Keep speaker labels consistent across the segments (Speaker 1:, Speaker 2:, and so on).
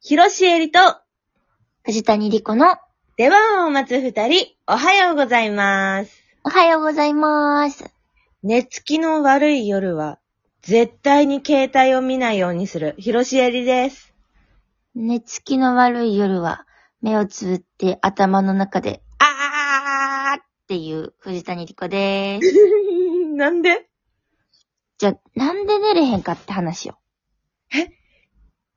Speaker 1: 広しえりと
Speaker 2: 藤谷莉子の、
Speaker 1: 出番を待つ二人、おはようございます。
Speaker 2: おはようございます。
Speaker 1: 寝つきの悪い夜は、絶対に携帯を見ないようにする、広しえりです。
Speaker 2: 寝つきの悪い夜は、目をつぶって頭の中で、あーっていう藤谷莉子でーす。
Speaker 1: なんで
Speaker 2: じゃあ、なんで寝れへんかって話よ。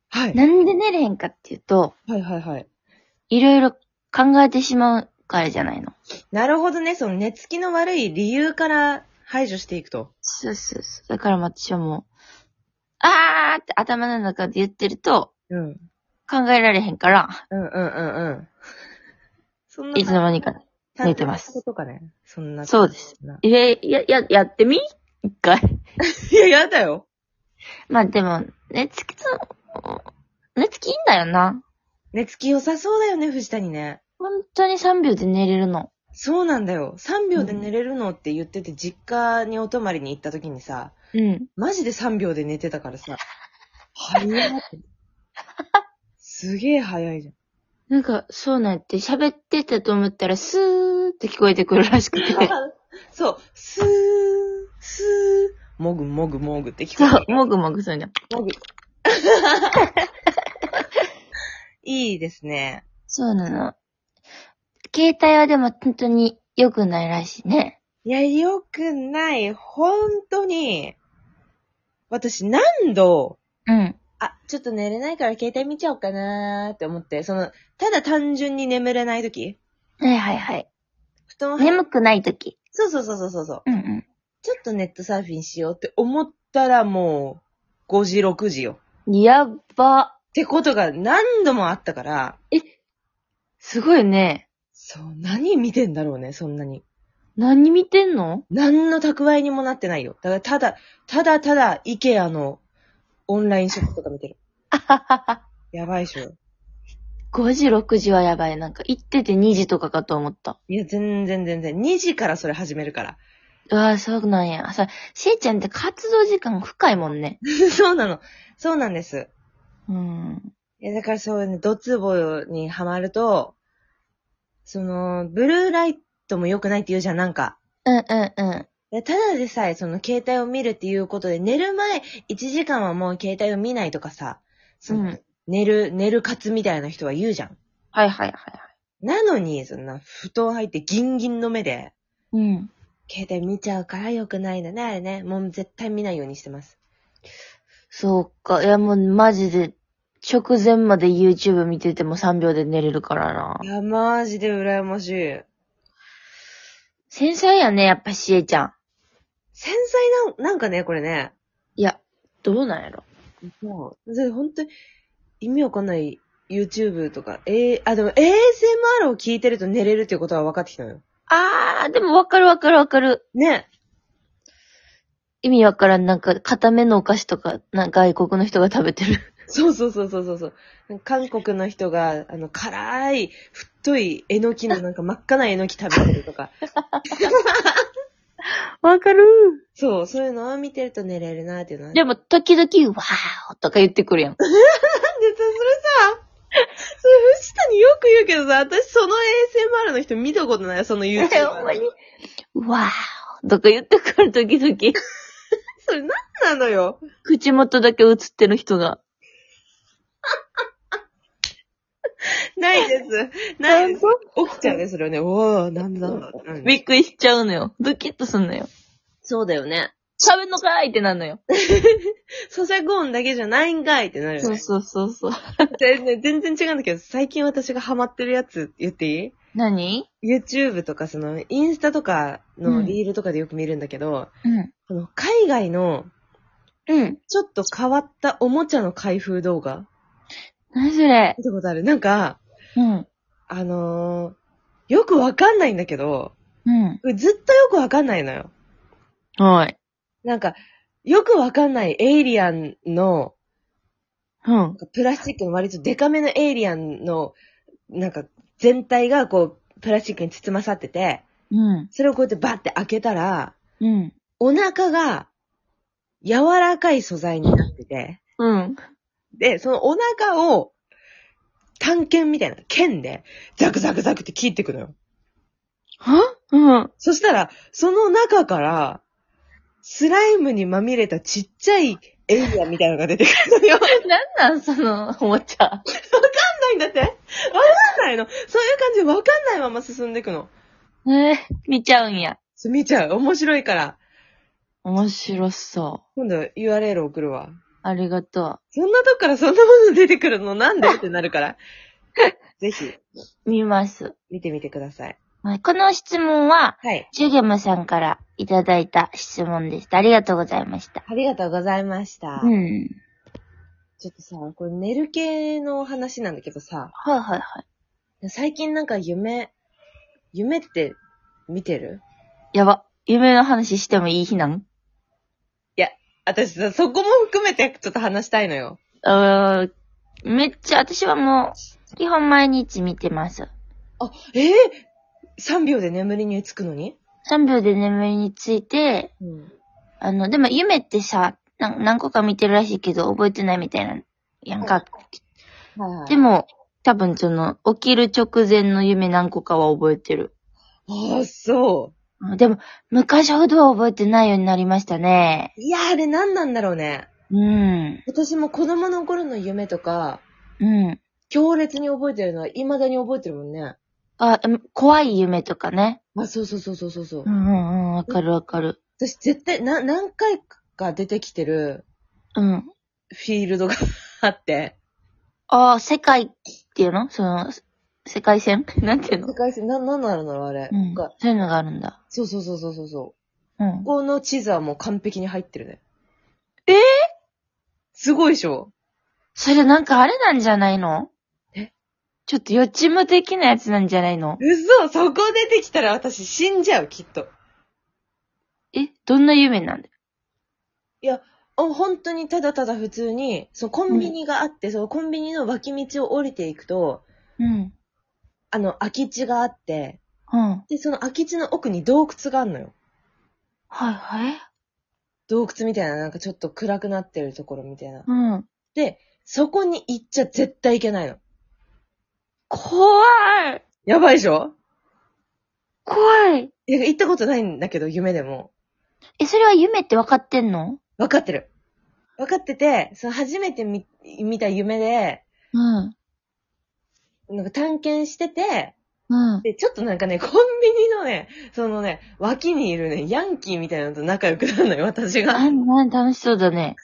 Speaker 1: はい。
Speaker 2: なんで寝れへんかっていうと、
Speaker 1: はいはいはい。
Speaker 2: いろいろ考えてしまうからじゃないの。
Speaker 1: なるほどね、その寝つきの悪い理由から排除していくと。
Speaker 2: そうそうそう。だから私はもう、あーって頭の中で言ってると、
Speaker 1: うん。
Speaker 2: 考えられへんから、
Speaker 1: うんうんうんうん。 そん
Speaker 2: いつの間にか。寝てます
Speaker 1: ことかね。そんな。
Speaker 2: そうです。
Speaker 1: な
Speaker 2: え、や、や、やってみ一回。
Speaker 1: いや、やだよ。
Speaker 2: まあでも、寝つきつ、寝つきいいんだよな。
Speaker 1: 寝つき良さそうだよね、藤谷ね。
Speaker 2: 本当に3秒で寝れるの。
Speaker 1: そうなんだよ。3秒で寝れるのって言ってて、実家にお泊まりに行った時にさ、
Speaker 2: うん。
Speaker 1: マジで3秒で寝てたからさ、早い。すげえ早いじゃん。
Speaker 2: なんか、そうなんやって、喋ってたと思ったら、スーって聞こえてくるらしくて。
Speaker 1: そう、スー、スー、もぐもぐもぐって聞
Speaker 2: そ
Speaker 1: こ
Speaker 2: う
Speaker 1: え、
Speaker 2: もぐもぐするじゃん。
Speaker 1: る。もぐ。いいですね。
Speaker 2: そうなの。携帯はでも本当に良くないらしいね。
Speaker 1: いや、よくない。本当に。私何度、
Speaker 2: うん。
Speaker 1: あ、ちょっと寝れないから携帯見ちゃおうかなーって思って、その、ただ単純に眠れない時
Speaker 2: はいはいはい。
Speaker 1: 布団を、
Speaker 2: 眠くない時。
Speaker 1: そうそうそうそうそうそう。
Speaker 2: うんうん。
Speaker 1: ちょっとネットサーフィンしようって思ったらもう、5時、6時よ。
Speaker 2: やっば。
Speaker 1: ってことが何度もあったから、
Speaker 2: すごいね。
Speaker 1: そう、何見てんだろうね、そんなに。
Speaker 2: 何見てん の
Speaker 1: 何の蓄えにもなってないよ。だから、ただ、ただただ、イケアの、オンラインショップとか見てる。やばいっしょ。
Speaker 2: ?5 時、6時はやばい。なんか、行ってて2時とかかと思った。
Speaker 1: いや、全然全然。2時からそれ始めるから。
Speaker 2: ああ、そうなんや。さ、しーちゃんって活動時間深いもんね。
Speaker 1: そうなの。そうなんです。
Speaker 2: うん。
Speaker 1: え、だからそうね、ドツボにはまると、その、ブルーライトも良くないって言うじゃん、なんか。
Speaker 2: うんうんうん。
Speaker 1: でただでさえ、その、携帯を見るっていうことで、寝る前、1時間はもう携帯を見ないとかさ、その、
Speaker 2: うん
Speaker 1: 寝る、寝る活みたいな人は言うじゃん。
Speaker 2: はいはいはいはい。
Speaker 1: なのに、そんな、布団入ってギンギンの目で、
Speaker 2: うん。
Speaker 1: 携帯見ちゃうから良くないんだね、あれね。もう絶対見ないようにしてます。。
Speaker 2: そうか。いやもうマジで、直前まで YouTube 見てても3秒で寝れるからない
Speaker 1: や、マジで羨ましい。
Speaker 2: 繊細やね、やっぱしえちゃん。
Speaker 1: 繊細な、なんかね、これね。
Speaker 2: いや、どうなんやろ。
Speaker 1: もう、で、本当に、意味わかんない YouTube とか、えー、あ、でも ASMR を聞いてると寝れるっていうことは分かってきたのよ。
Speaker 2: あー、でもわかるわかるわかる。
Speaker 1: ね。
Speaker 2: 意味わからん。なんか、固めのお菓子とか、なんか外国の人が食べてる。
Speaker 1: そうそうそうそうそうそう。なんか韓国の人が、あの、辛い、太い、えのきのなんか真っ赤なえのき食べてるとか。
Speaker 2: わかる
Speaker 1: そう、そういうのを見てると寝れるなっていうのは、ね。
Speaker 2: でも、時々、わーとか言ってくるやん。
Speaker 1: なんでさ、それさ、それ藤田によく言うけどさ、私その ASMR の人見たことない、その YouTube。
Speaker 2: え、ほんまに。わーとか言ってくるときどき、
Speaker 1: それ何なのよ。
Speaker 2: 口元だけ映ってる人が。
Speaker 1: ないです。ないです。起きちゃうんですよね。おー、なんだろう。うん
Speaker 2: びっくりしちゃうのよ。ドキッとすんのよ。
Speaker 1: そうだよね。
Speaker 2: 喋んのかーいってなるのよ。
Speaker 1: 咀嚼音だけじゃないんかいってなるよ
Speaker 2: そう
Speaker 1: ね。
Speaker 2: そうそうそう。
Speaker 1: 全然、全然違うんだけど、最近私がハマってるやつ言っていい
Speaker 2: 何
Speaker 1: ?YouTube とかその、インスタとかの
Speaker 2: うん
Speaker 1: リールとかでよく見るんだけど、
Speaker 2: うん。
Speaker 1: この海外の
Speaker 2: うん。
Speaker 1: ちょっと変わったおもちゃの開封動画
Speaker 2: 何それ
Speaker 1: 見たことあるなんか、
Speaker 2: うん。
Speaker 1: あのーよくわかんないんだけど、
Speaker 2: うん。
Speaker 1: これずっとよくわかんないのよ。
Speaker 2: はい。
Speaker 1: なんか、よくわかんないエイリアンの、
Speaker 2: うん。
Speaker 1: プラスチックの割とデカめのエイリアンの、なんか、全体がこう、プラスチックに包まさってて、
Speaker 2: うん。
Speaker 1: それをこうやってバッて開けたら、
Speaker 2: うん。
Speaker 1: お腹が、柔らかい素材になってて、
Speaker 2: うん。
Speaker 1: で、そのお腹を、探検みたいな、剣で、ザクザクザクって切っていくのよ。
Speaker 2: は うん。
Speaker 1: そしたら、その中から、スライムにまみれたちっちゃいエイリアンみたいなのが出てくるのよ。わ か
Speaker 2: なんなんその、おもちゃ。
Speaker 1: んないんだって。わかんないの。そういう感じでわかんないまま進んでいくの。
Speaker 2: えー、見ちゃうんや。
Speaker 1: そう見ちゃう。面白いから。
Speaker 2: 面白そ
Speaker 1: 今度 URL 送るわ。
Speaker 2: う。ありがと
Speaker 1: そんなとこからそんなもの出てくるのなん でってなるから。ぜひ、
Speaker 2: う。見ます。
Speaker 1: 見てみてください。
Speaker 2: はいこの質問は、
Speaker 1: はい。
Speaker 2: ジュゲムさんからいただいた質問でした。ありがとうございました。
Speaker 1: ありがとうございました。
Speaker 2: うん。
Speaker 1: ちょっとさ、これ寝る系の話なんだけどさ、
Speaker 2: はいはいはい。
Speaker 1: 最近なんか夢、夢って見てる
Speaker 2: やば。夢の話してもいい日なん
Speaker 1: 私さ、そこも含めてちょっと話したいのよ。
Speaker 2: うーめっちゃ、私はもう、基本毎日見てます。
Speaker 1: あ、ええ !3 秒で眠りにつくのに
Speaker 2: 3秒で眠りについて、
Speaker 1: うん。
Speaker 2: あの、でも夢ってさ、なん何個か見てるらしいけど、覚えてないみたいな、やんか。
Speaker 1: はい、はい。
Speaker 2: でも、多分その、起きる直前の夢何個かは覚えてる。
Speaker 1: ああ、そ
Speaker 2: うんでも、昔ほどは覚えてないようになりましたね。
Speaker 1: う。いや、あれ何なんだろうね。
Speaker 2: うん。
Speaker 1: 私も子供の頃の夢とか、
Speaker 2: うん。
Speaker 1: 強烈に覚えてるのは未だに覚えてるもんね。
Speaker 2: あ、うん怖い夢とかね。
Speaker 1: あ、そうそうそうそうそうそう
Speaker 2: う。んうんうん、わかるわかる。
Speaker 1: 私絶対、な、何回か出てきてる
Speaker 2: うん。
Speaker 1: フィールドが あって、
Speaker 2: ああ、世界っていうのその、世界線 なんていうの
Speaker 1: 世界線、な、なんなのあれ。
Speaker 2: うん。
Speaker 1: が
Speaker 2: そういうのがあるんだ。
Speaker 1: そうそうそうそうそうそう。
Speaker 2: うん
Speaker 1: こ。この地図はもう完璧に入ってるね。
Speaker 2: えー
Speaker 1: すごいでしょ
Speaker 2: それなんかあれなんじゃないの
Speaker 1: え
Speaker 2: ちょっと予知夢的なやつなんじゃないの
Speaker 1: 嘘そこ出てきたら私死んじゃう、きっと。
Speaker 2: えどんな夢なんだ
Speaker 1: あ本当にただただ普通に、そのコンビニがあって、そのコンビニの脇道を降りていくと、
Speaker 2: うん。
Speaker 1: あの、空き地があって、
Speaker 2: うん。はい
Speaker 1: で、その空き地の奥に洞窟があるのよ。
Speaker 2: はい。
Speaker 1: 洞窟みたいな、なんかちょっと暗くなってるところみたいな。
Speaker 2: うん。
Speaker 1: で、そこに行っちゃ絶対行けないの。
Speaker 2: 怖い
Speaker 1: やばいでしょ
Speaker 2: 怖い
Speaker 1: いや行ったことないんだけど、夢でも。
Speaker 2: え、それは夢って分かってんの
Speaker 1: 分かってる。分かってて、その初めて見見た夢で、
Speaker 2: うん。
Speaker 1: なんか探検してて、
Speaker 2: うん。
Speaker 1: で、ちょっとなんかね、コンビニのね、そのね、脇にいるね、ヤンキーみたいなのと仲良くなるのよ、私が。
Speaker 2: あ、なん楽しそうだね。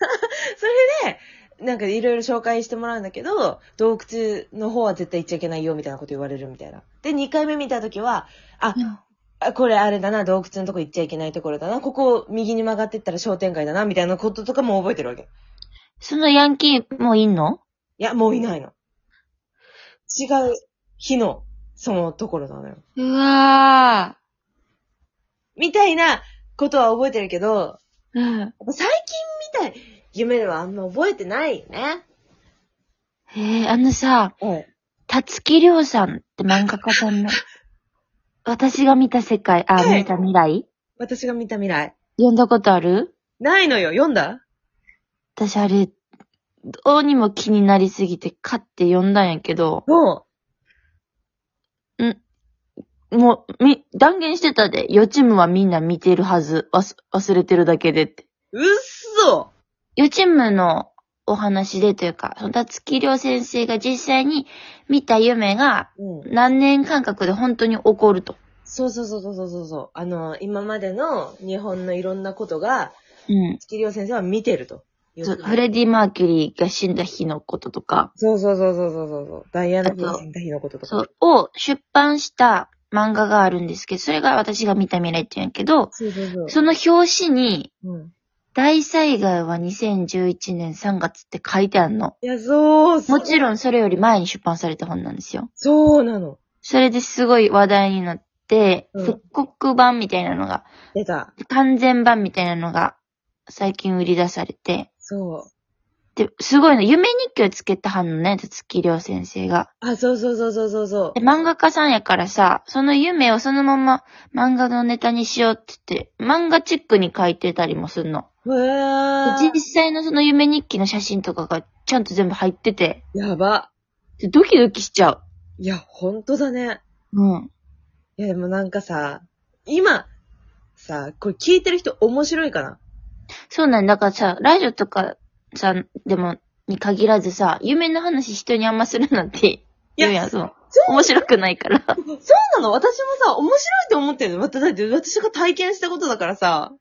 Speaker 1: なんかいろいろ紹介してもらうんだけど、洞窟の方は絶対行っちゃいけないよ、みたいなこと言われるみたいな。で、2回目見たときは、あ、これあれだな、洞窟のとこ行っちゃいけないところだな、ここを右に曲がってったら商店街だな、みたいなこととかも覚えてるわけ。
Speaker 2: そのヤンキーもいんの
Speaker 1: いや、もういないの。違う日の、そのところなのよ。
Speaker 2: うわ
Speaker 1: みたいなことは覚えてるけど、
Speaker 2: ーうん。
Speaker 1: やっぱ最近みたい夢ではあんま覚えてないよね。
Speaker 2: えー、あのさ、
Speaker 1: はい。
Speaker 2: たつきりょうさんって漫画家さ んの、私が見た世界、あ、
Speaker 1: はい
Speaker 2: 見た未来
Speaker 1: 私が見た未来。
Speaker 2: 読んだことある
Speaker 1: ないのよ、読んだ
Speaker 2: 私あれ、どうにも気になりすぎて買って読んだんやけど、
Speaker 1: も
Speaker 2: もう、み、断言してたで、予知夢はみんな見てるはず、忘忘れてるだけでって。
Speaker 1: う、うっそ
Speaker 2: 予知夢のお話でというか、そのたつきりょう先生が実際に見た夢が、
Speaker 1: うん。
Speaker 2: 何年間隔で本当に起こると。
Speaker 1: そうそうそうそうそうそう。あの、今までの日本のいろんなことが、
Speaker 2: うん。
Speaker 1: 月亮先生は見てると。
Speaker 2: そうフレディ・マーキュリーが死んだ日のこととか、
Speaker 1: そうそうそうそうそうそうそう。ダイアナ妃が死んだ日のこととか。
Speaker 2: そう、を出版した漫画があるんですけど、それが私が見た未来って言うんやけど、
Speaker 1: そうそうそう。
Speaker 2: その表紙に、
Speaker 1: うん。
Speaker 2: 大災害は2011年3月って書いてあるの。
Speaker 1: いや、そう、そ
Speaker 2: も
Speaker 1: う
Speaker 2: ちろんそれより前に出版された本なんですよ。
Speaker 1: そうなの。
Speaker 2: それですごい話題になって、
Speaker 1: うん
Speaker 2: 復刻版みたいなのが、
Speaker 1: 出た。
Speaker 2: 完全版みたいなのが最近売り出されて、
Speaker 1: そう。
Speaker 2: で、すごいの。夢日記をつけたはんのね、月亮先生が。
Speaker 1: あ、そうそうそうそうそうそう
Speaker 2: で、。漫画家さんやからさ、その夢をそのまま漫画のネタにしようって言って、漫画チックに書いてたりもすんの。
Speaker 1: うわ
Speaker 2: で実際のその夢日記の写真とかがちゃんと全部入ってて、
Speaker 1: やば。
Speaker 2: でドキドキしちゃう。
Speaker 1: いや、ほんとだね。
Speaker 2: うん。
Speaker 1: いや、でもなんかさ、今、さ、これ聞いてる人面白いかな
Speaker 2: そうなんだ。だからさ、ラジオとかさ、でも、に限らずさ、夢の話人にあんまするなんて、 言うやん、そう。
Speaker 1: そう
Speaker 2: 面白くないから。
Speaker 1: そうなの私もさ、面白いと思ってるの。まただって私が体験したことだからさ。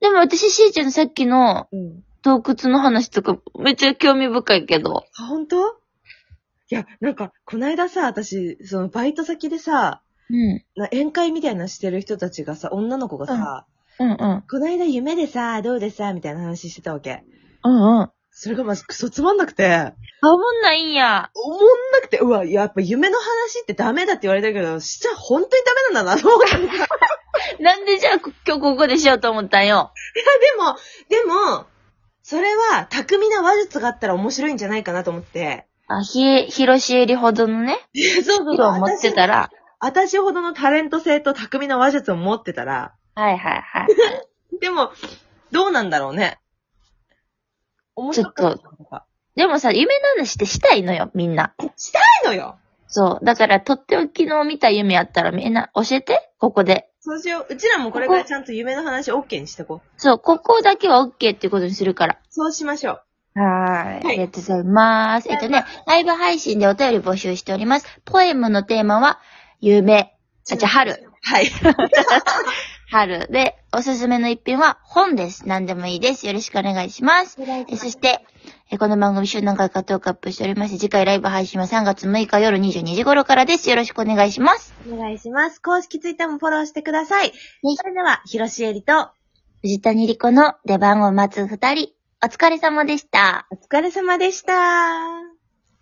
Speaker 2: でも私、しーちゃんのさっきの
Speaker 1: うん。
Speaker 2: 洞窟の話とか、めっちゃ興味深いけど。
Speaker 1: あ、ほんといや、なんか、こないださ、私、そのバイト先でさ、
Speaker 2: うん。
Speaker 1: な宴会みたいなのしてる人たちがさ、女の子がさ、
Speaker 2: うんうん。
Speaker 1: こないだ夢でさ、どうでさ、みたいな話してたわけ。
Speaker 2: うんうん。あ、
Speaker 1: それがまずクソつまんなくて、
Speaker 2: おもんないんや。
Speaker 1: 思んなくて、うわ、やっぱ夢の話ってダメだって言われてるけど、しちゃ本当にダメなんだな、と思 って。
Speaker 2: なんでじゃあこ今日ここでしようと思ったんよ。
Speaker 1: あでも、でも、それは、巧みな話術があったら面白いんじゃないかなと思って。
Speaker 2: あ、ひえ、広しえりほどのね、
Speaker 1: そうそ
Speaker 2: 色を持ってたら。
Speaker 1: 私。私ほどのタレント性と巧みな話術を持ってたら、
Speaker 2: はいはいはい。
Speaker 1: でも、どうなんだろうね。面白かったのか。
Speaker 2: でもさ、夢の話ってしたいのよ、みんな。
Speaker 1: ないのよ。
Speaker 2: そう。だから、とっておきの見た夢あったらみんな教えて、ここで。
Speaker 1: そうしよう。うちらもこれからちゃんと夢の話 OK にしてこう。
Speaker 2: そう、ここだけは OK っていうことにするから。
Speaker 1: そうしましょう。
Speaker 2: はー
Speaker 1: はい
Speaker 2: い。ありがとうございます。えっとね、ライブ配信でお便り募集しております。ポエムのテーマは、夢。あ、じゃあ、春。。
Speaker 1: はい。
Speaker 2: 春。で、おすすめの一品は、本です。何でもいいです。よろしくお願いします。えそして、えこの番組週何回かトークアップしておりまして、次回ライブ配信は3月6日夜22時頃からです。よろしくお願いします。
Speaker 1: お願いします。公式ツイッターもフォローしてください。それでは、広しえりと、
Speaker 2: 藤谷莉子の出番を待つ二人、お疲れ様でした。
Speaker 1: お疲れ様でした。